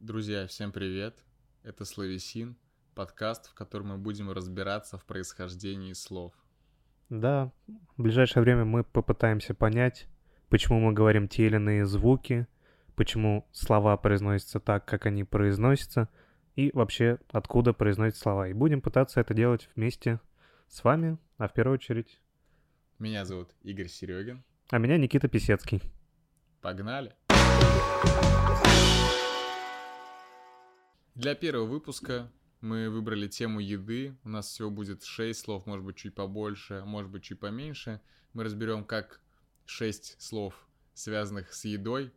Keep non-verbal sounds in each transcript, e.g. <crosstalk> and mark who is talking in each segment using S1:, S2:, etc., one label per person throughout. S1: Друзья, всем привет! Это Словесин, подкаст, в котором мы будем разбираться в происхождении слов.
S2: Да, в ближайшее время мы попытаемся понять, почему мы говорим те или иные звуки, почему слова произносятся так, как они произносятся, и вообще откуда произносят слова. И будем пытаться это делать вместе с вами, а в первую очередь...
S1: Меня зовут Игорь Серегин.
S2: А меня Никита Писецкий.
S1: Погнали! Для первого выпуска мы выбрали тему еды. У нас всего будет 6 слов, может быть, чуть побольше, может быть, чуть поменьше. Мы разберем, как 6 слов, связанных с едой,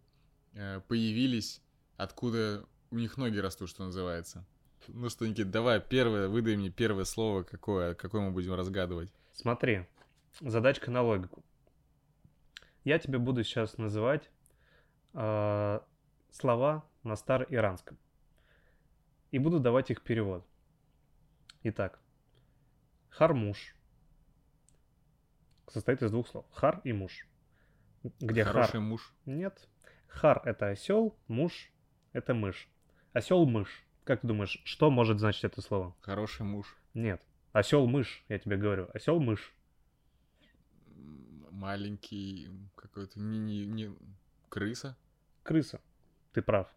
S1: э, появились, откуда у них ноги растут, что называется. Ну что, Никит, давай первое, выдай мне первое слово, какое, какое мы будем разгадывать.
S2: Смотри, задачка на логику. Я тебе буду сейчас называть э, слова на староиранском и буду давать их перевод. Итак, хармуш состоит из двух слов. Хар и муж. Где
S1: Хороший
S2: хар?
S1: муж.
S2: Нет. Хар — это осел, муж — это мышь. Осел — мышь. Как ты думаешь, что может значить это слово?
S1: Хороший муж.
S2: Нет. Осел мышь, я тебе говорю. Осел мышь.
S1: М, Маленький какой-то не, не, не- крыса.
S2: Крыса. Ты прав.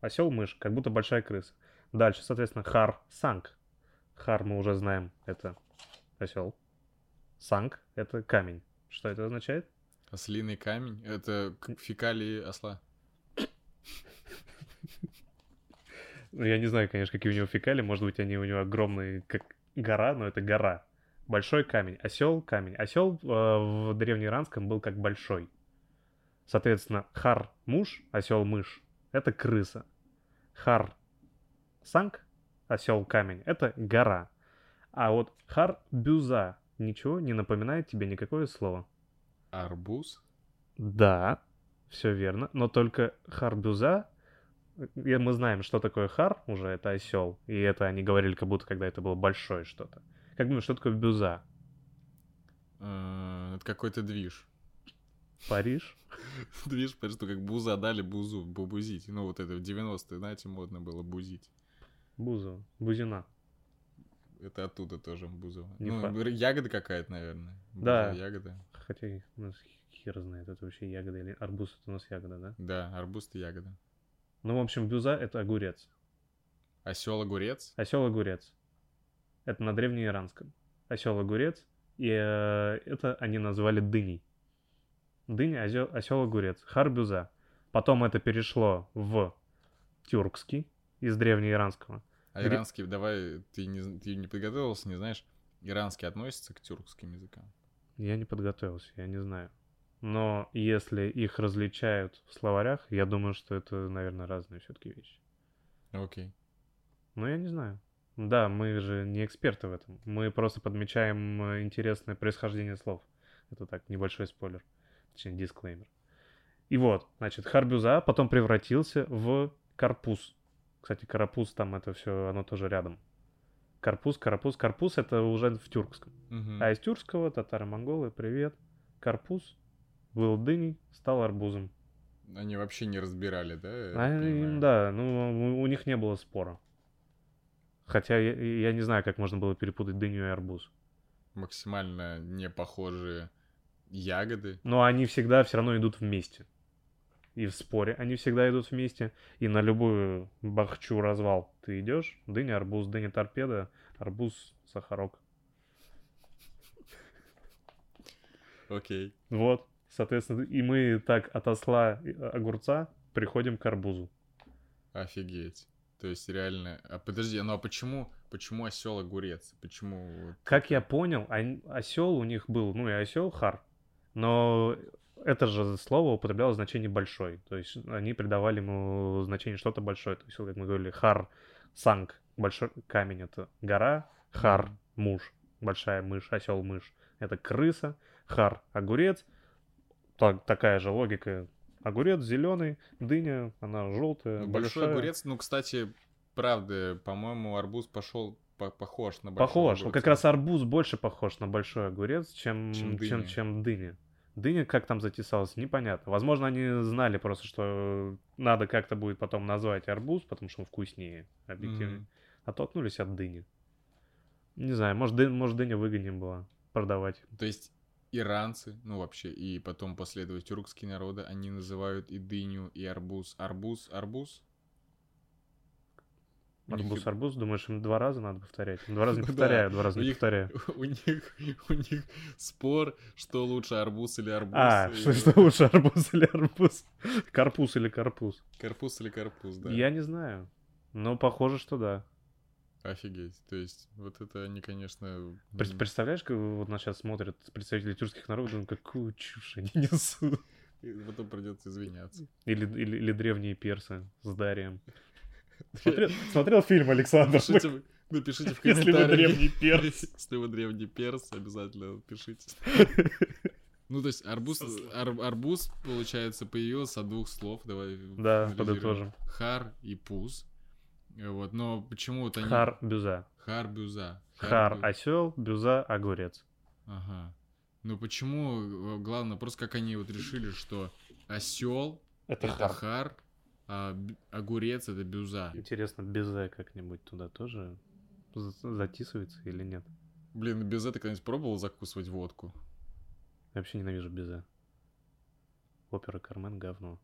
S2: Осел мышь, как будто большая крыса. Дальше, соответственно, хар санг. Хар мы уже знаем, это осел. Санг это камень. Что это означает?
S1: Ослиный а камень. Это к- фекалии осла.
S2: Ну, Я не знаю, конечно, какие у него фекалии. Может быть, они у него огромные, как гора, но это гора. Большой камень. Осел камень. Осел э, в древнеиранском был как большой. Соответственно, хар муж, осел мышь это крыса. Хар санг, осел камень это гора. А вот хар бюза ничего не напоминает тебе никакое слово.
S1: Арбуз.
S2: Да, все верно. Но только харбюза, и мы знаем, что такое хар, уже это осел. И это они говорили, как будто когда это было большое что-то. Как думаешь, что такое бюза?
S1: Э, Это какой-то движ. <laughs>
S2: Париж?
S1: Движ, потому что как буза дали бузу, бубузить. Ну вот это в 90-е, знаете, модно было бузить.
S2: Бузу. Бузина. Это
S1: оттуда тоже бузова.
S2: Не
S1: ну,
S2: факт.
S1: р- ягода какая-то, наверное. Буза,
S2: Да.
S1: Ягода.
S2: Хотя и у нас хер знает, это вообще ягода или арбуз, это у нас ягода, да?
S1: Да, арбуз и ягода.
S2: Ну, в общем, бюза — это огурец.
S1: Осел огурец.
S2: Осел огурец. Это на древнеиранском. Осел огурец. И э, это они назвали дыней. Дыня, озё- осел огурец. Харбюза. Потом это перешло в тюркский из древнеиранского.
S1: А
S2: Гри-
S1: иранский, давай, ты не, з- ты не подготовился, не знаешь, иранский относится к тюркским языкам.
S2: Я не подготовился, я не знаю. Но если их различают в словарях, я думаю, что это, наверное, разные все-таки вещи.
S1: Окей.
S2: Ну, я не знаю. Да, мы же не эксперты в этом. Мы просто подмечаем э, интересное происхождение слов. Это так, небольшой спойлер. Точнее, дисклеймер. И вот, значит, Харбюза потом превратился в Карпуз. Кстати, Карапуз там это все, оно тоже рядом. Карпуз, Карапуз, Карпуз это уже в тюркском.
S1: Мгм.
S2: А из тюркского татары-монголы, привет. Карпуз был дыней, стал арбузом.
S1: Они вообще не разбирали, да? я
S2: А,
S1: так
S2: им,
S1: понимаю?
S2: да, ну у у них не было спора. Хотя я, я не знаю, как можно было перепутать дыню и арбуз.
S1: Максимально не похожие ягоды.
S2: Но они всегда все равно идут вместе. И в споре они всегда идут вместе. И на любую бахчу развал ты идешь. Дыня, арбуз, дыня, торпеда, арбуз, сахарок.
S1: Окей.
S2: Вот, соответственно, и мы так от осла и э, огурца приходим к арбузу.
S1: Офигеть. То есть реально... А подожди, ну а почему, почему осел огурец? Почему... вот
S2: Как я понял, осел у них был, ну и осел хар, но это же слово употребляло значение большой, то есть они придавали ему значение что-то большое, то есть вот как мы говорили хар санг большой камень это гора, хар муж большая мышь, осел мышь это крыса, хар огурец, так, такая же логика огурец зеленый, дыня она желтая,
S1: Ну,
S2: большая.
S1: Большой огурец, ну, кстати, правда, по-моему, арбуз пошел по- похож на большой
S2: Похож. Ну,
S1: огурец.
S2: Вот Как раз арбуз больше похож на большой огурец, чем,
S1: Чем
S2: чем,
S1: дыня.
S2: чем дыня. Дыня как там затесалась, непонятно. Возможно, они знали просто, что надо как-то будет потом назвать арбуз, потому что он вкуснее, объективно. А
S1: Мгм.
S2: Оттолкнулись от дыни. Не знаю, может, дынь, может дыня выгоднее была продавать.
S1: То есть иранцы, ну вообще, и потом последователи тюркские народы, они называют и дыню, и арбуз. Арбуз, арбуз? У них
S2: Арбуз,
S1: и-
S2: арбуз, думаешь, им два раза надо повторять? Два раза не
S1: Ну <laughs> да,
S2: повторяю, два раза
S1: у
S2: не
S1: них-
S2: повторяю.
S1: <laughs> У них, у них спор, что лучше, арбуз или арбуз.
S2: А,
S1: и
S2: что,
S1: вот
S2: что лучше, арбуз или арбуз? <laughs> Карпуз или карпуз?
S1: Карпуз или карпуз, да.
S2: Я не знаю. Но похоже, что да.
S1: Офигеть. То есть, вот это они, конечно...
S2: Пред-
S1: м,
S2: Представляешь, как вот нас сейчас смотрят представители тюркских народов, думают, какую чушь они несут.
S1: и Потом придется извиняться.
S2: Или, или, или древние персы с Дарием.
S1: <laughs>
S2: Смотрел, смотрел фильм Александр?
S1: Напишите, в- напишите в
S2: <laughs> Если вы
S1: комментариях.
S2: древний перс.
S1: <laughs> Если вы древний перс, обязательно
S2: <laughs>
S1: пишите. Ну, то есть арбуз,
S2: Сосло-
S1: ар- арбуз, получается, появился от двух слов. Давай
S2: Да,
S1: анализируем.
S2: подытожим.
S1: Хар и пуз. Э, Вот, но почему-то они...
S2: Хар бюза.
S1: Харбюза.
S2: Хар а-
S1: Харбю-
S2: осел, бюза огурец.
S1: Ага. Ну почему, э, главное, просто как они вот решили, что осел
S2: Это
S1: это хар, а б- огурец это бюза.
S2: Интересно, бюза как-нибудь туда тоже за- затисывается или нет?
S1: Блин, ну бюза ты когда-нибудь пробовал закусывать водку?
S2: Я вообще ненавижу Безе. Опера Кармен говно.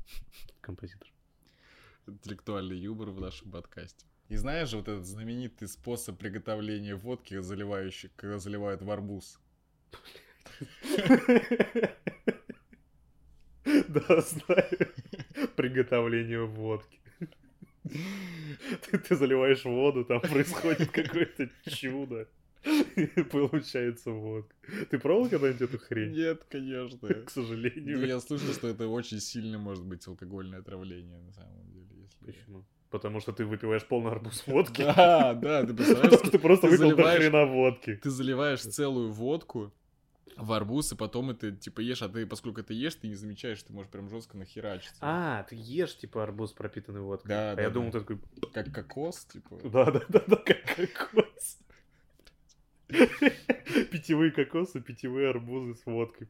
S2: <laughs> Композитор.
S1: интеллектуальный юмор в нашем подкасте. И знаешь же вот этот знаменитый способ приготовления водки, заливающий, когда заливают в арбуз?
S2: Да, знаю. Приготовление водки. Ты, ты заливаешь воду, там происходит какое-то чудо. И Получается водка. Ты пробовал когда-нибудь эту хрень?
S1: Нет,
S2: <laughs>
S1: конечно.
S2: К
S1: Ну,
S2: сожалению.
S1: я слышал, что это очень сильно может быть алкогольное отравление, на самом деле. если-
S2: Почему? Потому что ты выпиваешь полный <laughs> арбуз водки.
S1: Да, да, ты представляешь,
S2: Потому
S1: сколько-
S2: что ты просто
S1: ты
S2: выпил до
S1: заливаешь-
S2: хрена водки.
S1: ты заливаешь целую водку в арбуз, и потом это типа ешь, а ты, поскольку ты ешь, ты не замечаешь, ты можешь прям жестко нахерачиться.
S2: А, ты ешь, типа, арбуз, пропитанный водкой.
S1: Да,
S2: а
S1: да,
S2: я
S1: да.
S2: думал, ты такой,
S1: Как кокос, типа.
S2: да-да-да-да, как кокос. Питьевые кокосы, питьевые арбузы с водкой.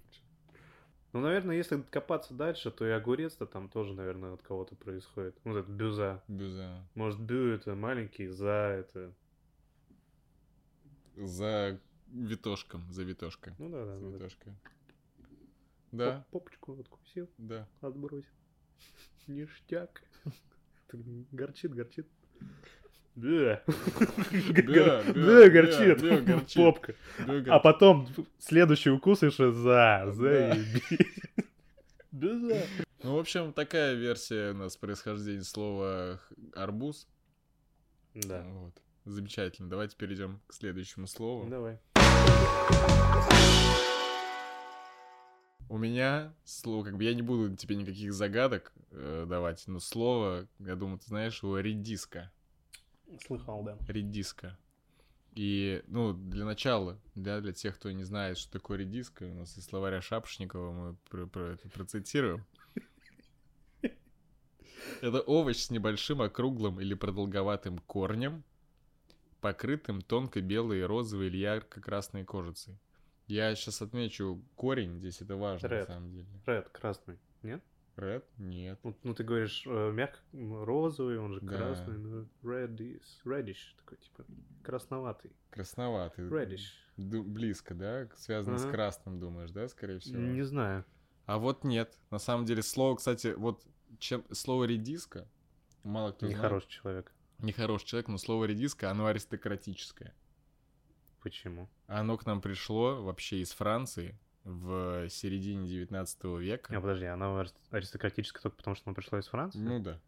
S2: Ну, наверное, если копаться дальше, то и огурец-то там тоже, наверное, от кого-то происходит. Вот это бюза.
S1: Бюза.
S2: Может, бю это маленький, за это...
S1: За витошком, за витошкой.
S2: Ну да, да.
S1: За
S2: ну, это.
S1: витошкой. Да,
S2: Поп- Попочку откусил,
S1: да.
S2: отбросил. Ништяк. Так Горчит, горчит. Да.
S1: бя,
S2: Да,
S1: бя, бя,
S2: горчит.
S1: горчит.
S2: Попка.
S1: Бюга.
S2: А потом следующий укусишь и за,
S1: Да.
S2: заебись. <laughs> Да, за.
S1: Ну, в общем, такая версия у нас происхождения слова х- арбуз.
S2: Да.
S1: Вот. Замечательно. Давайте перейдем к следующему слову.
S2: Давай.
S1: У меня слово, как бы я не буду тебе никаких загадок э, давать, но слово, я думаю, ты знаешь его редиска.
S2: Слыхал, да.
S1: Редиска. И, ну, для начала, да, для тех, кто не знает, что такое редиска, у нас из словаря Шапошникова мы про- про это процитируем. Это овощ с небольшим округлым или продолговатым корнем, покрытым тонкой белой, розовой или ярко-красной кожицей. Я сейчас отмечу корень, здесь это важно,
S2: Red.
S1: на самом деле.
S2: Ред, красный. Нет?
S1: Ред? Нет.
S2: Ну, ну, ты говоришь э, мягко, м, розовый, он же
S1: Да.
S2: красный. ну, Reddish, reddish такой, типа, красноватый.
S1: Красноватый.
S2: Reddish.
S1: Ду- близко, да? Связано с
S2: Ага.
S1: красным, думаешь, да, скорее всего?
S2: Не знаю.
S1: А вот нет. На самом деле слово, кстати, вот чем слово редиска, мало кто знает.
S2: Нехороший человек.
S1: Нехороший человек, но слово редиска, оно аристократическое.
S2: Почему?
S1: Оно к нам пришло вообще из Франции в середине 19 века.
S2: А, подожди, она арист- аристократическая только потому, что она пришла из Франции?
S1: Ну да.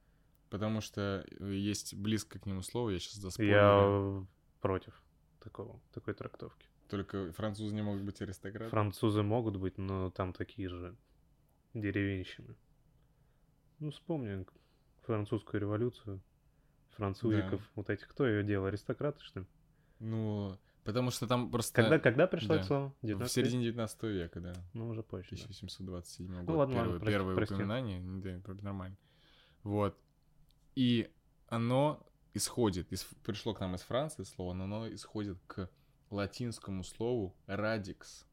S1: Потому что есть близко к нему слово, я сейчас заспорю.
S2: Я э, против такого, такой трактовки.
S1: Только французы не могут быть аристократами.
S2: Французы могут быть, но там такие же деревенщины. Ну, вспомни французскую революцию, французиков, вот этих, кто ее делал, аристократы, что ли?
S1: Ну, потому что там просто...
S2: Когда, когда пришла
S1: да.
S2: к слову?
S1: Ну, В
S2: 19
S1: середине 19 века, да.
S2: Ну, уже позже. да. Ну
S1: 1727 год.
S2: ладно,
S1: первое
S2: ладно, прости-
S1: первое
S2: прости.
S1: упоминание. Да, это нормально. Вот. И оно исходит, из, пришло к нам из Франции слово, но оно исходит к латинскому слову радикс,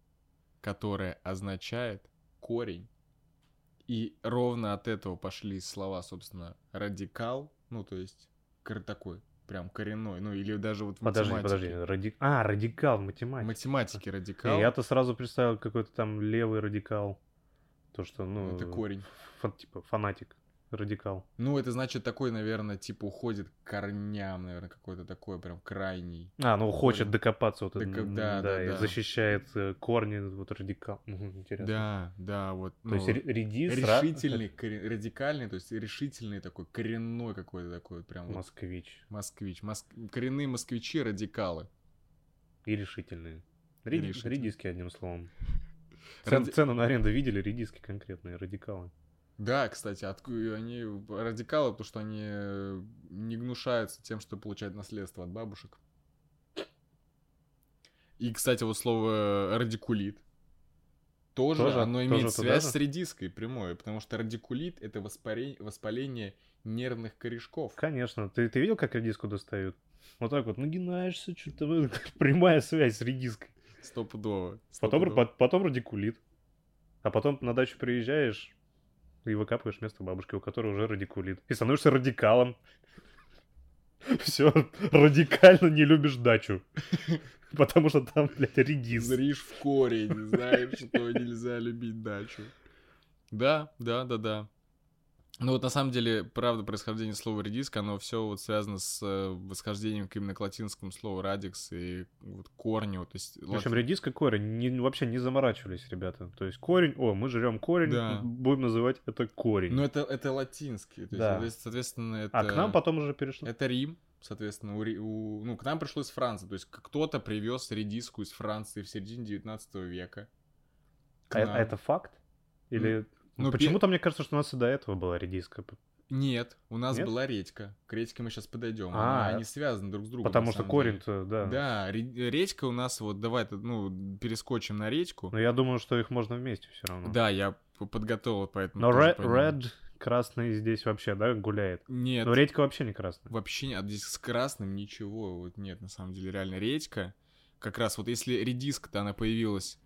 S1: которое означает корень. И ровно от этого пошли слова, собственно, радикал, ну, то есть кор- такой прям коренной, ну, или даже вот в
S2: Подожди, подожди.
S1: математике.
S2: Ради... А, радикал в математике.
S1: В математике
S2: Не,
S1: радикал,
S2: Я-то сразу представил какой-то там левый радикал. То, что, ну...
S1: это корень.
S2: фа- типа фанатик, радикал.
S1: Ну, это значит такой, наверное, типа уходит к корням, наверное, какой-то такой прям крайний.
S2: А, ну хочет
S1: Понял.
S2: докопаться вот
S1: Да
S2: это,
S1: как-
S2: м,
S1: да, да,
S2: и
S1: да.
S2: защищает э, корни вот радикал. Мгм, Интересно.
S1: Да, да, вот.
S2: То есть
S1: ну,
S2: ре- редис... ра-
S1: решительный, корен- радикальный, то есть решительный такой, коренной какой-то такой вот прям вот
S2: Москвич.
S1: москвич. Моск- Коренные москвичи радикалы.
S2: И решительные. Реди-
S1: решительные.
S2: Редиски, одним словом. Цен-
S1: Ради-
S2: Цену на аренду видели? Редиски конкретные, радикалы.
S1: Да, кстати, откуда они э, радикалы, потому что они э, не гнушаются тем, что получают наследство от бабушек. И, кстати, вот слово э, радикулит тоже,
S2: Тоже-
S1: оно
S2: тоже
S1: имеет
S2: туда
S1: связь
S2: же?
S1: с редиской прямой, потому что радикулит это воспаре- воспаление нервных корешков.
S2: Конечно. Ты, ты видел, как редиску достают? Вот так вот нагинаешься, что-то <laughs> прямая связь с редиской.
S1: Стопудово.
S2: Потом,
S1: стопудово.
S2: ра- потом радикулит. А потом на дачу приезжаешь и выкапываешь место бабушки, у которой уже радикулит. И становишься радикалом. <laughs> Все, радикально не любишь дачу. <laughs> Потому что там, блядь, редис.
S1: Зришь в корень,
S2: <laughs>
S1: знаешь, что нельзя любить дачу. Да, да, да, да. Ну вот на самом деле, правда, происхождение слова редиска, оно все вот связано с э, восхождением к именно к латинскому слову радикс и вот корню, то есть...
S2: В общем,
S1: лати-
S2: редиска корень. Не- вообще не заморачивались, ребята. То есть корень, о, мы жрем корень,
S1: Да.
S2: будем называть это корень.
S1: Ну это, это латинский, то есть,
S2: Да.
S1: то есть, соответственно, это...
S2: А к нам потом уже перешло.
S1: Это Рим, соответственно, у Ри- у- ну, к нам пришло из Франции, то есть к- кто-то привез редиску из Франции в середине 19 века. к
S2: А, э-
S1: нам.
S2: а это факт? Или...
S1: Ну,
S2: Почему-то мне кажется, что у нас и до этого была редиска.
S1: Нет, у нас
S2: Нет?
S1: была редька. К редьке мы сейчас подойдем.
S2: А,
S1: они связаны друг с другом. на
S2: Потому что
S1: самом деле.
S2: корень-то, да.
S1: Да, ре- редька у нас вот, давай, тут, ну, перескочим на редьку.
S2: Но я думаю, что их можно вместе все равно.
S1: Да, я п- подготовил, поэтому.
S2: ну. Но
S1: тоже
S2: ре-
S1: понимаю.
S2: Red, красный здесь вообще, да, гуляет.
S1: Нет,
S2: Но редька вообще не красная.
S1: вообще нет. Здесь с красным ничего. Вот нет, на самом деле, реально редька. Как раз вот если редиска-то она появилась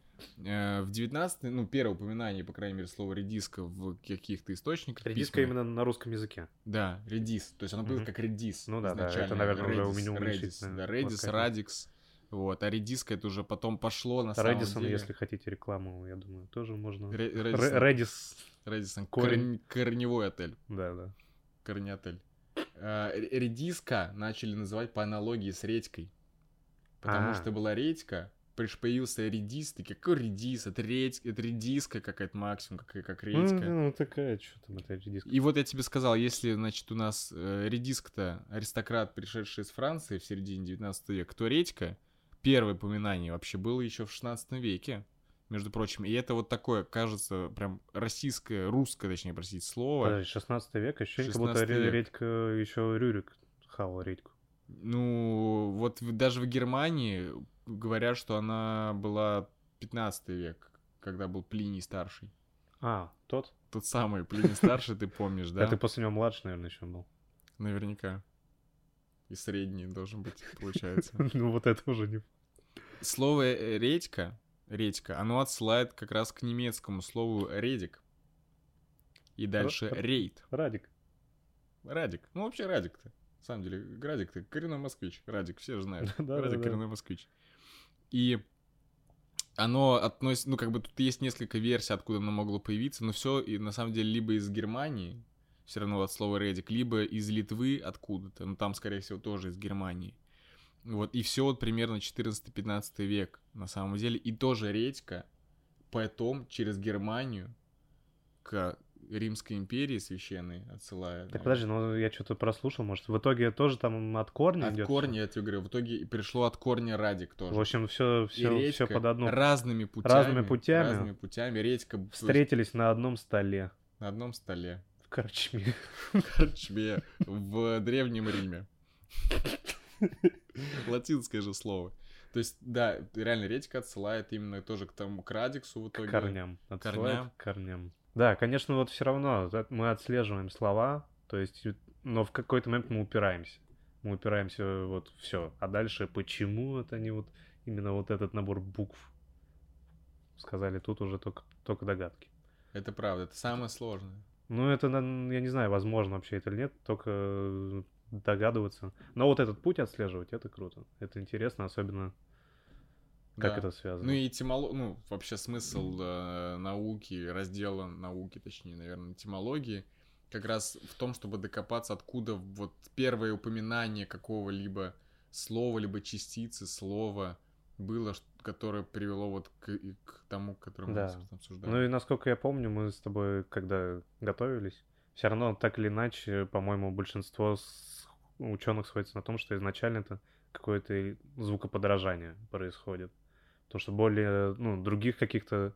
S1: э, в 19 ну, первое упоминание, по крайней мере, слова редиска в каких-то источниках.
S2: Редиска
S1: письменных.
S2: именно на русском языке.
S1: Да, редис. То есть оно будет
S2: Мгм.
S1: как редис.
S2: Ну да, да, это,
S1: изначально.
S2: наверное, уже у
S1: Redis, Redis,
S2: меня уменьшительное.
S1: Да,
S2: Вот,
S1: Redis,
S2: конечно.
S1: Радикс. Вот, а редиска это уже потом пошло на самом
S2: Редисон,
S1: деле.
S2: если хотите рекламу, я думаю, тоже можно.
S1: Ре- Редисон.
S2: Ре- Редис,
S1: Редисон.
S2: корень.
S1: Корень- Корневой отель.
S2: да, да.
S1: Корнеотель. Э, ре- Редиска начали называть по аналогии с редькой. Потому
S2: А.
S1: что была редька, приш- появился редис, такие, какой редис, это, редь, это редиска какая-то максимум, как, как
S2: Ну,
S1: редька.
S2: ну, такая, что там, это редиска.
S1: И вот я тебе сказал, если, значит, у нас э, редиск-то аристократ, пришедший из Франции в середине 19 века, то редька, первое упоминание вообще было еще в 16 веке, между прочим. И это вот такое, кажется, прям российское, русское, точнее, простите, слово.
S2: Подожди, 16 век, ощущение, как будто
S1: 16
S2: ре-
S1: век.
S2: редька еще Рюрик хавал редьку.
S1: Ну, вот в- даже в Германии говорят, что она была 15 век, когда был Плиний старший.
S2: А, тот?
S1: Тот самый Плиний старший, ты помнишь, да?
S2: А ты после него младший, наверное,
S1: <laughs>
S2: еще был.
S1: Наверняка. И средний должен быть, получается.
S2: Ну, вот это уже не...
S1: Слово э, редька, редька, оно отсылает как раз к немецкому слову редик. И дальше
S2: Р- р-
S1: рейд.
S2: <laughs> Радик.
S1: Радик. Ну, вообще радик-то. На самом деле, радик ты коренной москвич. Радик, все же знают. <laughs>
S2: Да-да-да.
S1: Радик коренной москвич. И оно относится, ну, как бы тут есть несколько версий, откуда оно могло появиться, но все, и на самом деле, либо из Германии, все равно от слова редик, либо из Литвы откуда-то, но там, скорее всего, тоже из Германии. Вот, и все вот примерно 14-15 век, на самом деле. И тоже редька потом через Германию к Римской империи священной отсылает.
S2: Так подожди, ну я что-то прослушал, может, в итоге тоже там от корня
S1: От
S2: идет?
S1: корня, я тебе говорю, в итоге и пришло от корня радик тоже.
S2: В общем, все,
S1: И
S2: все, все
S1: редька
S2: под одну.
S1: Разными путями.
S2: Разными путями.
S1: Разными путями. Редька б-
S2: Встретились на одном столе
S1: на одном столе. <laughs>
S2: в корчме.
S1: В корчме. В Древнем Риме. <laughs> Латинское же слово. То есть, да, реально редька отсылает именно тоже к тому, к радиксу в
S2: К
S1: итоге.
S2: корням. Отсылает
S1: корням.
S2: к корням. Да, конечно, вот все равно за- мы отслеживаем слова, то есть, но в какой-то момент мы упираемся. Мы упираемся вот все. А дальше почему это не вот именно вот этот набор букв? сказали, тут уже только, только догадки.
S1: Это правда, это самое сложное.
S2: Ну, это, на- я не знаю, возможно вообще это или нет, только э, догадываться. Но вот этот путь отслеживать, это круто. Это интересно, особенно как
S1: Да.
S2: это связано.
S1: Ну и этимоло... ну вообще смысл э, науки, раздела науки, точнее, наверное, этимологии, как раз в том, чтобы докопаться, откуда вот первое упоминание какого-либо слова, либо частицы слова было, ш- которое привело вот к, и к тому, который мы
S2: Да.
S1: собственно, обсуждали.
S2: Ну и насколько я помню, мы с тобой, когда готовились, все равно так или иначе, по-моему, большинство ученых сходится на том, что изначально это какое-то и звукоподражание происходит. Потому что более, ну, других каких-то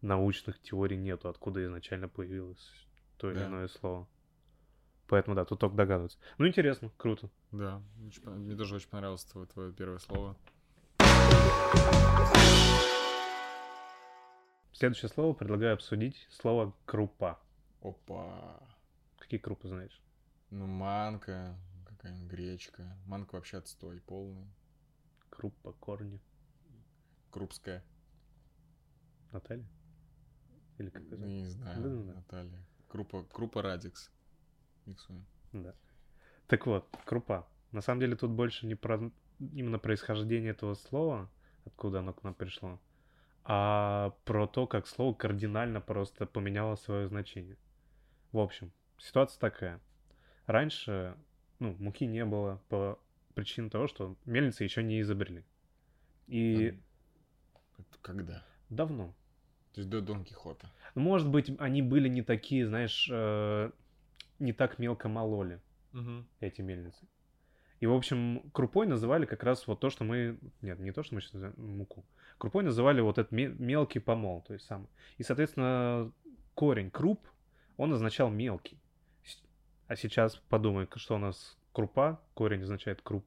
S2: научных теорий нету, откуда изначально появилось то или
S1: Да.
S2: иное слово. Поэтому да, тут только догадываться. Ну, интересно, круто.
S1: Да, очень пон- мне тоже очень понравилось твое, твое первое слово.
S2: Следующее слово предлагаю обсудить. Слово крупа.
S1: Опа!
S2: Какие крупы знаешь?
S1: Ну, манка, какая-нибудь гречка. Манка вообще отстой полный.
S2: Крупа, корни.
S1: Крупская.
S2: Наталья? Или как это?
S1: Не знаю,
S2: Да-да-да.
S1: Наталья. Крупа, крупа Радикс. Миксуем.
S2: Да. Так вот, крупа. На самом деле тут больше не про именно происхождение этого слова, откуда оно к нам пришло, а про то, как слово кардинально просто поменяло свое значение. В общем, ситуация такая. Раньше, ну, муки не было по причине того, что мельницы еще не изобрели. И
S1: Это когда?
S2: давно.
S1: То есть до Дон Кихота.
S2: Ну, Может быть, они были не такие, знаешь, э, не так мелко мололи. эти мельницы. И, в общем, крупой называли как раз вот то, что мы... Нет, не то, что мы сейчас называем муку. Крупой называли вот этот ме- мелкий помол, то есть самый. И, соответственно, корень круп, он означал мелкий. С- А сейчас подумай, к- что у нас крупа, корень означает круп.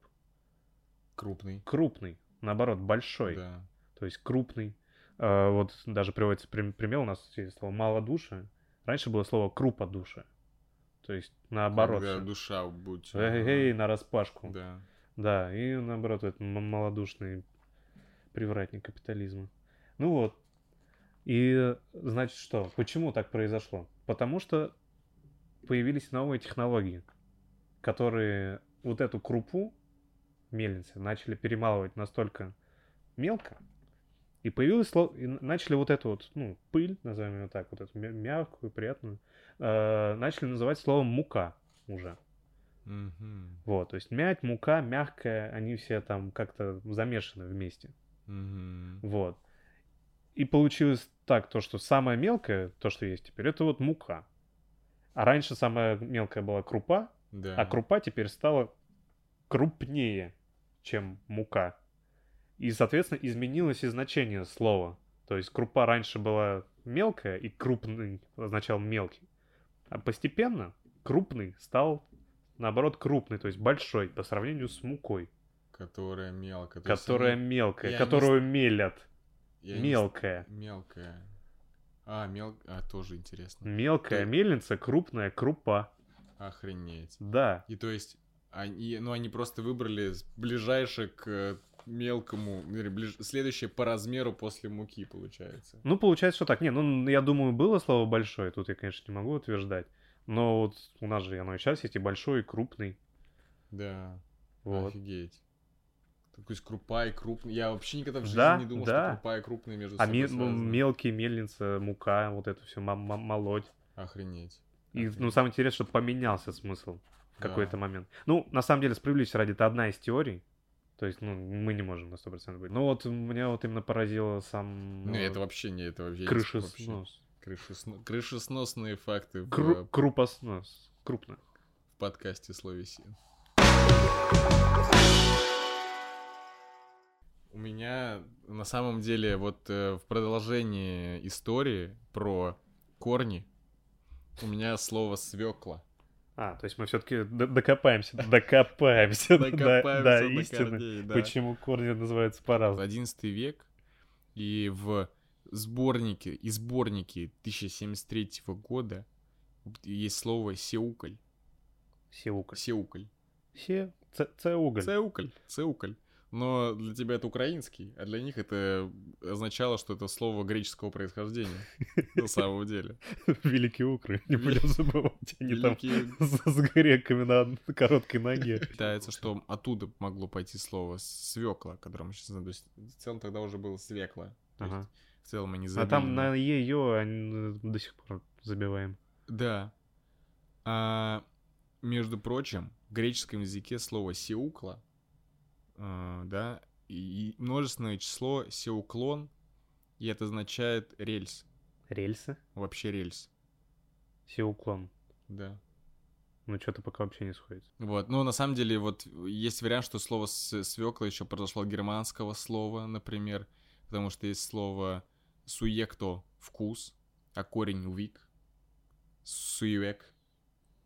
S1: Крупный.
S2: Крупный, наоборот, большой,
S1: Да.
S2: то есть крупный. Э, Вот даже приводится прим- пример, у нас есть слово малодушие. Раньше было слово крупа души. То есть наоборот.
S1: Когда
S2: всё.
S1: душа будь.
S2: Эй, на распашку.
S1: Да.
S2: Да, и наоборот, это м- малодушный привратник капитализма. Ну вот. И значит что? Почему так произошло? Потому что появились новые технологии, которые вот эту крупу мельницы начали перемалывать настолько мелко, и появилось сло- и н- начали вот эту вот, ну, пыль, назовем ее так, вот эту мя- мягкую, приятную, э, начали называть словом мука уже.
S1: Мгм.
S2: Вот, то есть мять, мука, мягкая, они все там как-то замешаны вместе.
S1: Мгм.
S2: Вот. И получилось так, то, что самое мелкое, то, что есть теперь, это вот мука. А раньше самая мелкая была крупа,
S1: Да.
S2: а крупа теперь стала крупнее, чем мука. И, соответственно, изменилось и значение слова. То есть крупа раньше была мелкая, и крупный означал мелкий. А постепенно крупный стал, наоборот, крупный, то есть большой по сравнению с мукой,
S1: Которая мелкая. То есть
S2: которая
S1: они- и
S2: мелкая,
S1: они
S2: которую мелят.
S1: и они
S2: мелкая.
S1: с- Мелкая. А, мел... А, тоже интересно.
S2: Мелкая
S1: Ты-
S2: мельница, крупная крупа.
S1: Охренеть.
S2: Да.
S1: И то есть они, ну, они просто выбрали с- ближайшее к э, мелкому, или ближ- следующее по размеру после муки, получается.
S2: Ну, получается, что так. Не, ну, я думаю, было слово большое. Тут я, конечно, не могу утверждать. Но вот у нас же оно и сейчас есть и большой, и крупный.
S1: Да,
S2: Вот.
S1: офигеть. То есть крупа и крупный. Я вообще никогда в жизни
S2: Да,
S1: не думал,
S2: да.
S1: что крупа и крупные между
S2: А
S1: собой
S2: ме- ну,
S1: связаны.
S2: мелкие мельница, мука, вот это все молоть.
S1: Охренеть.
S2: И,
S1: Офигеть.
S2: ну, самое интересное, что поменялся смысл в
S1: Да.
S2: какой-то момент. Ну, на самом деле, справедливости ради, это одна из теорий. То есть, ну, мы не можем на 100% быть. Ну, вот меня вот именно поразило сам...
S1: Ну,
S2: э,
S1: это вообще не это вообще. вообще
S2: крышеснос.
S1: крышесно- Крышесносные факты в,
S2: Кру-
S1: э, в
S2: крупоснос. Крупно.
S1: подкасте Слове Сил». У меня на самом деле вот э, в продолжении истории про корни у меня слово свекла.
S2: А, то есть мы все-таки докопаемся, докопаемся, до- до, до истины. Почему корни называются по-разному?
S1: 11 век, и в сборнике, и сборнике 1073 года есть слово «сеуколь».
S2: Сеуколь.
S1: Сеуколь.
S2: Се... ц- Цеуголь.
S1: Сеуколь. Сеуколь. Но для тебя это украинский, а для них это означало, что это слово греческого происхождения.
S2: <laughs>
S1: На самом деле.
S2: <laughs> Великие укры, не будем забывать. Они там <laughs>
S1: Великие
S2: с с греками на
S1: <laughs>
S2: короткой ноге.
S1: Считается, что оттуда могло пойти слово свекла, о котором мы сейчас знаем. То есть в целом тогда уже было свекла. То
S2: Ага.
S1: есть в целом они
S2: А
S1: забили.
S2: там на ее до сих пор забиваем.
S1: Да. А, между прочим, в греческом языке слово «сеукла», э, да, и и множественное число «сеуклон», и это означает рельс,
S2: Рельсы?
S1: вообще рельс,
S2: Сеуклон.
S1: да.
S2: Ну, что-то пока вообще не сходится.
S1: Вот, но на самом деле вот есть вариант, что слово свекла еще произошло от германского слова, например, потому что есть слово суекто вкус, а корень вик, суевек,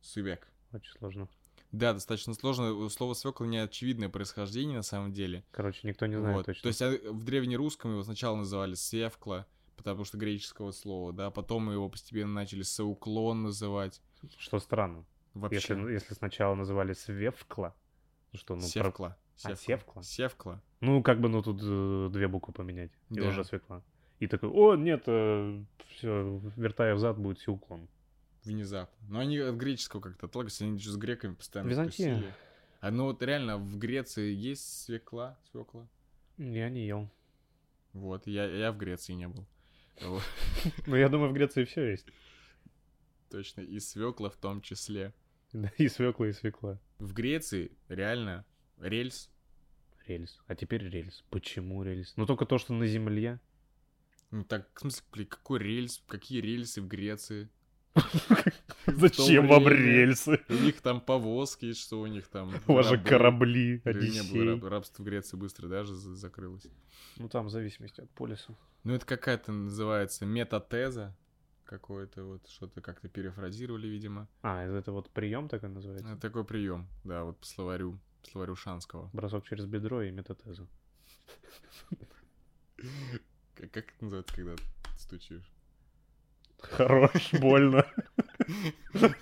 S1: суевек.
S2: Очень сложно.
S1: Да, достаточно сложно. У слова свекла неочевидное происхождение на самом деле.
S2: Короче, никто не знает
S1: Вот.
S2: точно.
S1: То есть а, в древнерусском его сначала называли севкла, потому что греческого слова, да, а потом его постепенно начали соуклон называть.
S2: Что странно.
S1: Вообще.
S2: Если, если сначала называли свевкла, ну что, ну, про-
S1: Севкла.
S2: А, севкла?
S1: Севкла.
S2: ну как бы, ну, тут э, две буквы поменять, и
S1: Да.
S2: уже свекла. И такой, о, нет, все, вертая взад будет сеуклон.
S1: Внезапно. Но они от греческого как-то отталкиваются, они же с греками постоянно
S2: Византия.
S1: тусили. А ну вот реально в Греции есть свекла, свекла.
S2: Я не ел.
S1: Вот, я, я в Греции не был. <laughs> Вот,
S2: Ну, я думаю, в Греции все есть.
S1: Точно, и свекла в том числе.
S2: Да, и свекла, и свекла.
S1: В Греции реально рельс
S2: Рельс. А теперь рельс. Почему рельс? Ну, только то, что на земле.
S1: Ну так, в смысле, блин, какой рельс, какие рельсы в Греции?
S2: <laughs> Зачем вам
S1: время-
S2: рельсы?
S1: У них там повозки, что у них там?
S2: <laughs> У вас же
S1: рабы.
S2: корабли,
S1: Да Не было
S2: Одиссей.
S1: раб- рабство в Греции быстро даже за- закрылось.
S2: Ну, там в зависимости от полиса.
S1: Ну это какая-то называется метатеза. Какое-то вот что-то как-то перефразировали, видимо.
S2: А, это вот прием такой называется?
S1: Это такой прием, да, вот по словарю, по словарю
S2: <laughs>
S1: Шанского.
S2: Бросок через бедро и метатеза.
S1: К- Как это называется, когда стучишь?
S2: Хорош, <laughs> больно.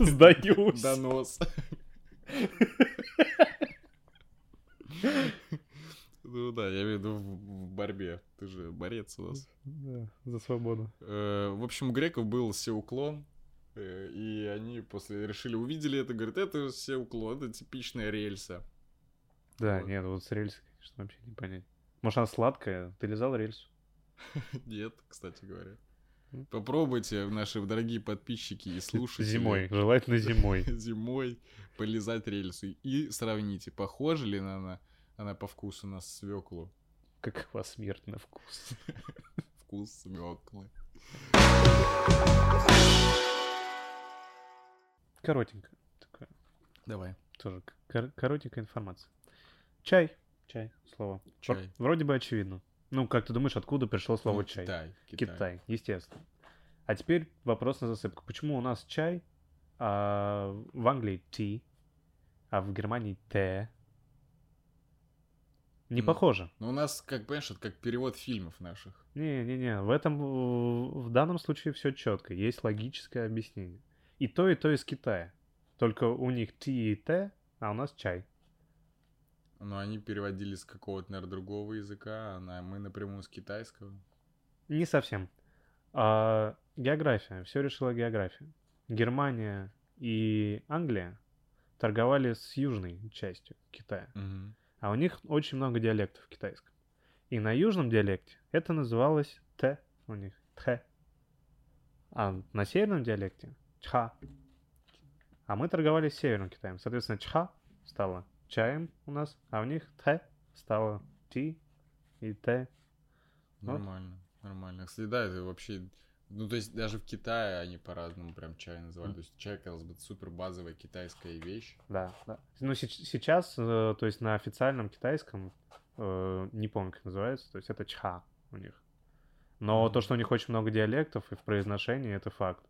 S2: Сдаюсь.
S1: Донос. Ну да, я имею в виду в в борьбе. Ты же борец
S2: ну.
S1: у нас.
S2: Да, за свободу.
S1: Э, В общем, у греков был сеуклон, э, и они после решили, увидели это, говорят, это сеуклон, это типичная рельса. <laughs>
S2: Да,
S1: Вот.
S2: нет, вот с рельс, конечно, вообще не понять. Может, она сладкая? Ты лизал рельс?
S1: Нет, кстати говоря.
S2: М.
S1: Попробуйте, наши дорогие подписчики и слушатели.
S2: Зимой, желательно зимой.
S1: <laughs> Зимой полизать рельсу и сравните, похожа ли она, на- она по вкусу на свеклу.
S2: Какова смерть на вкус.
S1: Вкус свеклы.
S2: Коротенько. Такое.
S1: Давай.
S2: Тоже к- кор- коротенькая информация. Чай. Чай. Слово. Вр-
S1: Чай.
S2: Вроде бы очевидно. Ну, как ты думаешь, откуда пришло слово
S1: Ну,
S2: чай?
S1: Китай.
S2: Китай. естественно. А теперь вопрос на засыпку. Почему у нас чай, а в Англии ти, а в Германии те? Не
S1: Ну.
S2: похоже.
S1: Ну, у нас, как понимаешь, это как перевод фильмов наших.
S2: Не-не-не, в этом, э, в данном случае все четко, есть логическое объяснение. И то, и то из Китая. Только у них ти и те, а у нас чай.
S1: Но они переводили с какого-то, наверное, другого языка, а на- мы напрямую с китайского.
S2: Не совсем. А, география. Все решила география. Германия и Англия торговали с южной частью Китая. А у них очень много диалектов в китайском. И на южном диалекте это называлось Т у них. Т. А на северном диалекте Чха. А мы торговали с северным Китаем. Соответственно, Чха стало чаем у нас, а у них Т стало Ти и Т. Вот.
S1: Нормально, нормально. Кстати, да, это вообще... Ну, то есть даже в Китае они по-разному прям чай называли.
S2: Мгм.
S1: То есть чай, казалось бы, супер базовая китайская вещь.
S2: Да, да. Ну, сеч- сейчас, э, то есть на официальном китайском, э, не помню, как называется, то есть это чха у них. Но то, что у них очень много диалектов и в произношении, это факт.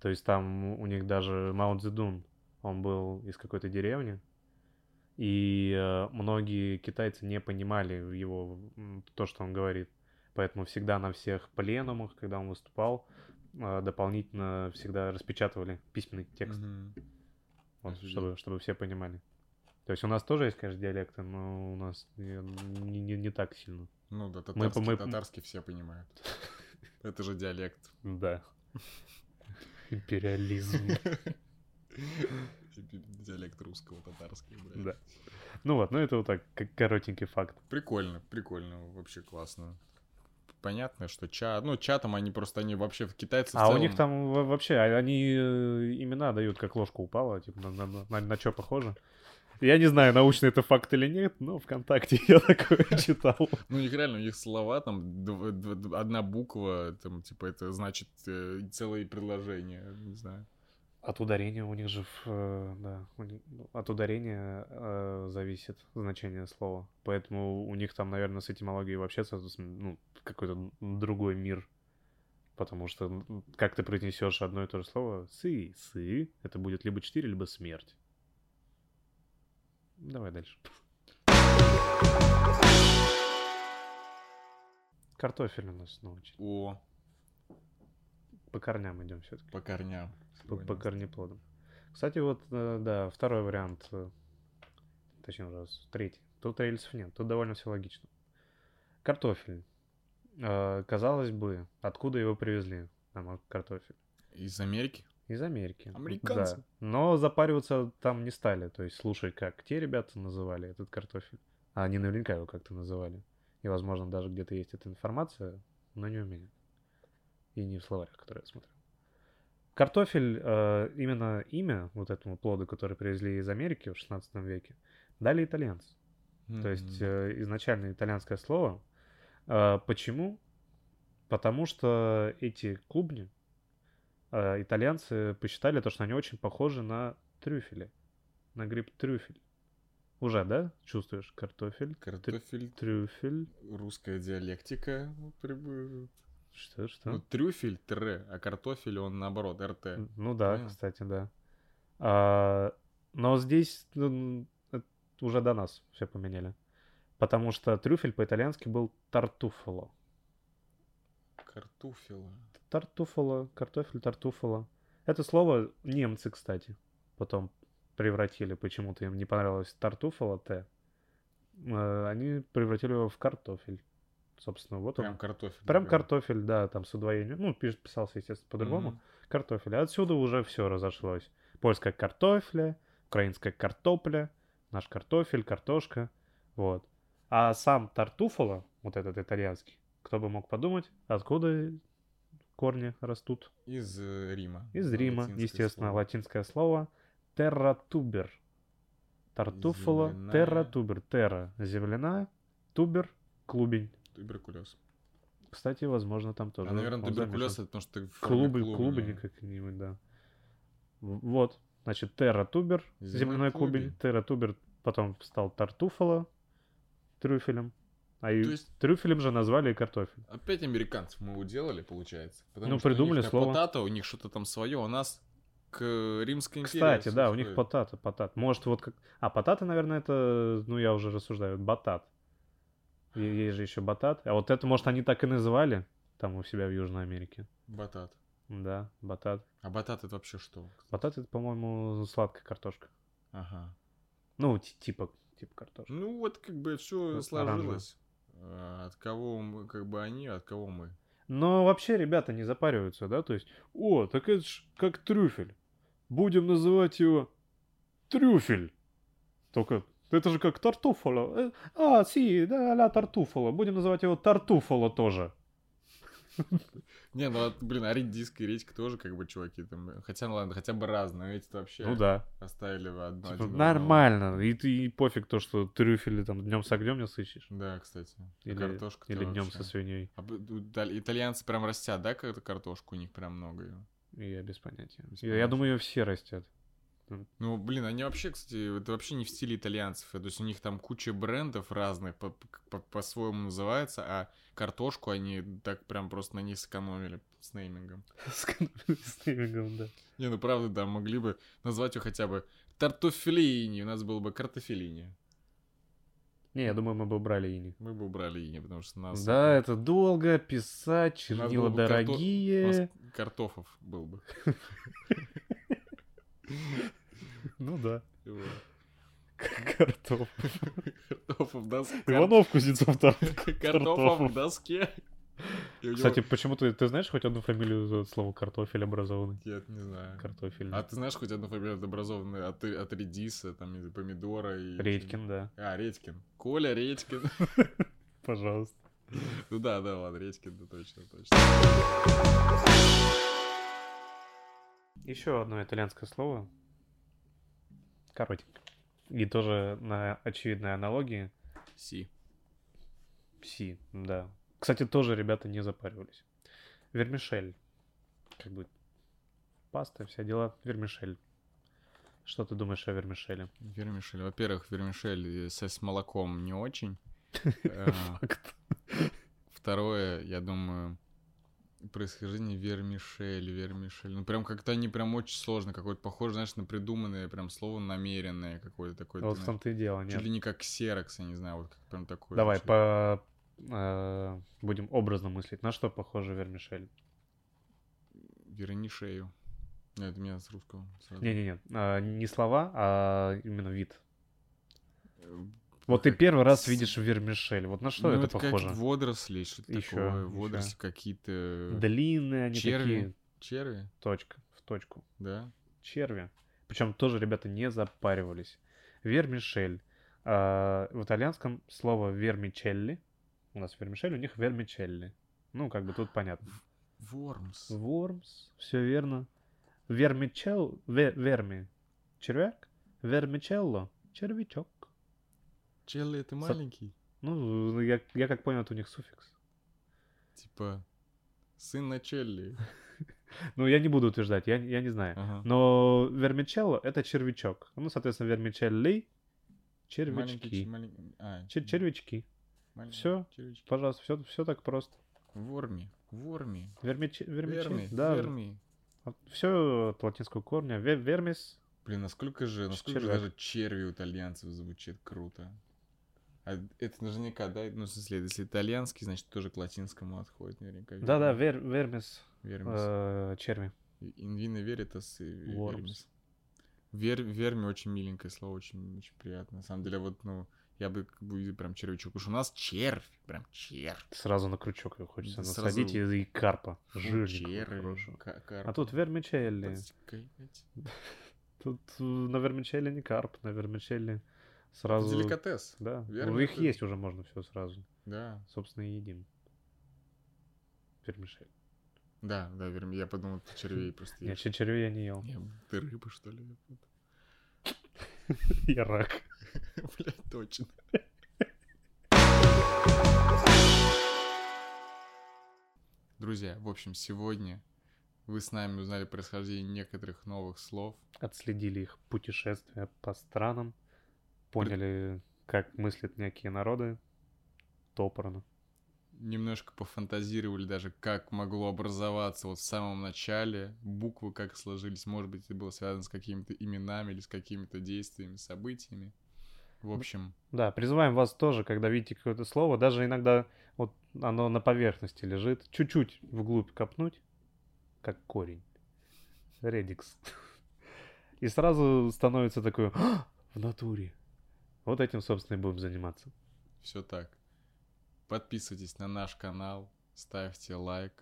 S2: То есть там у них даже Мао Цзэдун, он был из какой-то деревни, и э, многие китайцы не понимали его, м, то, что он говорит. Поэтому всегда на всех пленумах, когда он выступал, э, дополнительно всегда распечатывали письменный текст.
S1: Мгм.
S2: Вот,
S1: Офигеть.
S2: чтобы, чтобы все понимали. То То есть у нас тоже есть, конечно, диалекты, но у нас не, не- не- не так сильно.
S1: Ну да,
S2: Мы по-
S1: татарский,
S2: мы-
S1: татарский все
S2: <laughs>
S1: понимают. Это же диалект.
S2: Да. <laughs>
S1: <laughs>
S2: Империализм.
S1: Диалект русского, татарского, блядь.
S2: Да. Ну вот, ну это вот так, как коротенький факт.
S1: Прикольно, прикольно, вообще классно. Понятно, что ча... Ну, ча там они просто, они вообще в китайцев в
S2: А у
S1: целом-
S2: них там во- вообще, а- они э, имена дают, как ложка упала, типа, на, что похоже. Я не знаю, научный это факт или нет, но ВКонтакте <laughs> я такое читал.
S1: Ну, у них реально, у них слова там, дв- дв- дв- одна буква, там, типа, это значит э, целое предложение, не знаю.
S2: От ударения у них же, в, э, да, у ни- от ударения э, зависит значение слова. Поэтому у них там, наверное, с этимологией вообще со- с- ну, какой-то другой мир. Потому что м, как ты произнесешь одно и то же слово «сы», «сы», это будет либо четыре, либо смерть. Давай дальше. Картофель у нас научили.
S1: О,
S2: По корням идем все-таки.
S1: по корням.
S2: по, по
S1: Сегодня.
S2: корнеплодам. Кстати, вот, э, да, второй вариант, э, точнее, уже с- третий. Тут рельсов нет, тут довольно все логично. Картофель. Э, Казалось бы, откуда его привезли, нам а, картофель?
S1: Из Америки?
S2: Из Америки.
S1: Американцы.
S2: Да. Но запариваться там не стали. То есть, слушай, как те ребята называли этот картофель, а они наверняка его как-то называли. И, возможно, даже где-то есть эта информация, но не у меня. И не в словарях, которые я смотрел. Картофель, э, именно имя вот этому плоду, который привезли из Америки в 16 веке, дали итальянцы. То есть
S1: М.
S2: э, изначально итальянское слово. Э, Почему? Потому что эти клубни э, итальянцы посчитали то, что они очень похожи на трюфели, на гриб трюфель. Уже, да? Чувствуешь картофель,
S1: Картофель,
S2: трюфель,
S1: русская диалектика. ну, прибы-
S2: что что?
S1: Ну, трюфель тре, а картофель он наоборот, РТ.
S2: Н- Ну да,
S1: Понятно.
S2: кстати, да. А, но здесь ну, это уже до нас все поменяли, потому что трюфель по-итальянски был тартуфало.
S1: Картофела.
S2: Тартуфало, картофель тартуфало. Это слово немцы, кстати, потом превратили, почему-то им не понравилось тартуфало Т. Э, Они превратили его в картофель. Собственно, вот
S1: Прям
S2: он.
S1: картофель.
S2: Прям
S1: прям.
S2: картофель, да, там с удвоением. Ну, пиш- писался, естественно, по-другому.
S1: Мгм.
S2: Картофель. А Отсюда уже все разошлось. Польская картофеля, украинская картопля, наш картофель, картошка. Вот. А сам тартуфало, вот этот итальянский, кто бы мог подумать, откуда корни растут?
S1: Из э, Рима.
S2: Из
S1: Да,
S2: Рима,
S1: латинское
S2: естественно,
S1: слово.
S2: латинское слово терратубер. Тартуфало,
S1: Земляная.
S2: терратубер, терра, земляна, тубер, клубень.
S1: Туберкулез.
S2: Кстати, возможно, там тоже.
S1: А, наверное,
S2: он замешан.
S1: туберкулез это потому, что ты в форме
S2: Клубы, клубни какие-нибудь, да. В- Вот, значит, Терра Тубер,
S1: Земной
S2: земляной клубень,
S1: клубень.
S2: Терра Тубер потом стал Тартуфало трюфелем, а и
S1: То есть-
S2: трюфелем же назвали и картофель.
S1: Опять американцев мы уделали, получается. Потому
S2: Ну,
S1: что у них
S2: придумали
S1: на
S2: слово.
S1: potato, у них что-то там свое, у нас к Римской империи.
S2: Кстати,
S1: всё
S2: да, у них
S1: стоит.
S2: потата, потат. Может, вот как... А потата, наверное, это, ну, я уже рассуждаю, батат. Е- Есть же еще батат. А вот это, может, они так и называли там у себя в Южной Америке.
S1: Батат.
S2: Да, батат.
S1: А батат это вообще что?
S2: Батат — это, по-моему, сладкая картошка.
S1: Ага.
S2: Ну, ти- типа, типа картошка.
S1: Ну вот как бы все
S2: Ну,
S1: сложилось. А, От кого мы, как бы они, от кого мы.
S2: Но вообще ребята не запариваются, да? То есть, о, так это ж как трюфель. Будем называть его трюфель. Только это же как тартуфало. Э, А, си, да, ля тартуфало. Будем называть его тартуфало тоже.
S1: Не, ну вот, блин, а редиска и редька тоже как бы чуваки там. Хотя, ну ладно, хотя бы разные. Эти вообще
S2: Ну да.
S1: оставили в одно.
S2: Типа,
S1: Э, один в одного.
S2: нормально. И ты и пофиг то, что трюфели там днем с огнем не сыщешь.
S1: Да, кстати. А
S2: Или,
S1: картошка-то
S2: или днем
S1: вообще.
S2: со свиньей.
S1: А б- у италь- итальянцы прям растят, да, как-то картошку, у них прям много ее.
S2: Я без понятия.
S1: Без
S2: Я, я
S1: понятия.
S2: думаю, ее все растят.
S1: Ну, блин, они вообще, кстати, это вообще не в стиле итальянцев. То есть у них там куча брендов разных, по- по- по-своему называется, а картошку они так прям просто на ней сэкономили <laughs> с неймингом.
S2: С стримингом, да.
S1: Не, ну правда, да, могли бы назвать ее хотя бы тартофелини. У нас было бы картофелини.
S2: Не, я думаю, мы бы убрали ини.
S1: Мы бы убрали ини, потому что у нас...
S2: Да, это долго писать,
S1: У нас было
S2: чернила
S1: бы карто- У нас
S2: дорогие.
S1: картофов был бы.
S2: Ну да. <laughs>
S1: Вот.
S2: Картоф.
S1: Картоф в доске.
S2: Иванов Кузнецов там.
S1: Картоф в доске. И у него-
S2: <laughs> Кстати, почему-то ты знаешь хоть одну фамилию за слово картофель образованный?
S1: Нет, не знаю.
S2: Картофель.
S1: А ты знаешь хоть одну фамилию образованную от, от редиса, там, или помидора и...
S2: Редькин, да.
S1: А, Редькин. Коля <laughs> Редькин.
S2: Пожалуйста.
S1: Ну да, да, ладно, Редькин, да точно, точно.
S2: Еще одно итальянское слово. Коротенько. И тоже на очевидной аналогии.
S1: Си.
S2: Пси, да. Кстати, тоже ребята не запаривались. Вермишель. Как бы паста, все дела. Вермишель. Что ты думаешь о вермишеле?
S1: Вермишель. Во-первых, вермишель э, со- с молоком не очень. Э,
S2: Факт.
S1: Второе, я думаю, происхождение вермишель, вермишель. Ну, прям как-то они прям очень сложно. Какое-то похоже, знаешь, на придуманное прям слово намеренное какое-то такое.
S2: Вот
S1: ты
S2: в
S1: знаешь,
S2: том-то и дело,
S1: Чуть
S2: нет.
S1: ли не как ксерокс, я не знаю, вот как прям такое.
S2: Давай,
S1: звучит.
S2: по... э, будем образно мыслить. На что похоже вермишель?
S1: Верни шею. Нет, это меня с русского сразу.
S2: Не-не-не, э, не слова, а именно вид.
S1: Э,
S2: Вот ты
S1: Как
S2: первый раз
S1: с-
S2: видишь вермишель. Вот на что
S1: ну,
S2: это
S1: вот
S2: похоже?
S1: Как водоросли, что-то
S2: Ещё,
S1: такое.
S2: ещё.
S1: Водоросли какие-то.
S2: Длинные они
S1: черви.
S2: такие.
S1: Черви,
S2: Точка, в точку.
S1: да?
S2: Черви. Причем тоже ребята не запаривались. Вермишель. А, в итальянском слово вермичелли. У нас вермишель, у них вермичелли. Ну, как бы тут понятно.
S1: Вормс.
S2: Вормс, все верно. Вермичел, ве- верми. Червяк. Вермичелло. Червячок.
S1: Челли это маленький.
S2: Ну, я, я как понял, это у них суффикс.
S1: Типа сын на
S2: <laughs>
S1: Челли.
S2: Ну, я не буду утверждать, я, я не знаю.
S1: Ага.
S2: Но вермичелло — это червячок. Ну, соответственно, вермичелли —
S1: Маленький,
S2: Ну, червячки.
S1: маленький. А,
S2: Чер- червячки.
S1: маленький
S2: всё.
S1: червячок.
S2: Пожалуйста, все, все так просто.
S1: Ворми. Ворми.
S2: Вермич...
S1: Верми.
S2: вермичель, Да,
S1: Верми.
S2: все от латинского корня. Ве- вермис.
S1: Блин, насколько же, насколько же
S2: Червяк.
S1: даже черви у итальянцев звучит круто. А это наверняка, да, ну, в смысле, если итальянский, значит, тоже к латинскому отходит наверняка.
S2: Да-да, вер- вермис.
S1: Вермис.
S2: э, черви.
S1: Инвина веритас и
S2: Worms.
S1: вермис. Вер, верми очень миленькое слово, очень, очень приятно. На самом деле, вот, ну, я бы как бы прям червячок. Уж у нас червь, прям червь.
S2: Сразу на крючок его хочется
S1: Да сразу.
S2: насадить и, и карпа.
S1: Фу,
S2: Жирненького,
S1: черви,
S2: хорошего.
S1: ка-
S2: А
S1: карп.
S2: тут вермичелли.
S1: Подскакать.
S2: Тут э, на вермичелли не карп, на вермичелли
S1: Это
S2: сразу...
S1: Деликатес,
S2: Да,
S1: Верми
S2: ну, их
S1: это-
S2: есть уже можно все сразу.
S1: да.
S2: собственно, и едим. Вермишель.
S1: Да, да, верми. Я подумал, ты червей просто
S2: Я
S1: ешь.
S2: еще червей я не ел.
S1: Не, ты рыба, что ли?
S2: <laughs> Я рак.
S1: <laughs> Блять, точно. Друзья, в общем, сегодня вы с нами узнали происхождение некоторых новых слов.
S2: Отследили их путешествия по странам, поняли, как мыслят некие народы. Топорно.
S1: Немножко пофантазировали даже, как могло образоваться вот в самом начале, буквы как сложились, может быть, это было связано с какими-то именами или с какими-то действиями, событиями. В общем,
S2: Да, призываем вас тоже, когда видите какое-то слово, даже иногда вот оно на поверхности лежит, чуть-чуть вглубь копнуть, как корень. Редикс. И сразу становится такое «А, в натуре. Вот этим, собственно, и будем заниматься.
S1: Все так. Подписывайтесь на наш канал, ставьте лайк,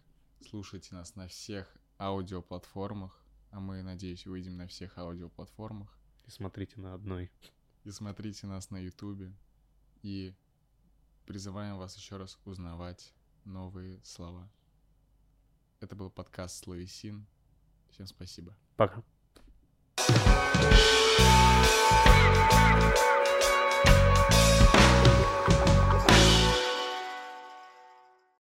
S1: слушайте нас на всех аудиоплатформах, а мы, надеюсь, выйдем на всех аудиоплатформах.
S2: И смотрите на одной.
S1: И смотрите нас на ютубе. И призываем вас еще раз узнавать новые слова. Это был подкаст «Словесин». Всем спасибо.
S2: Пока.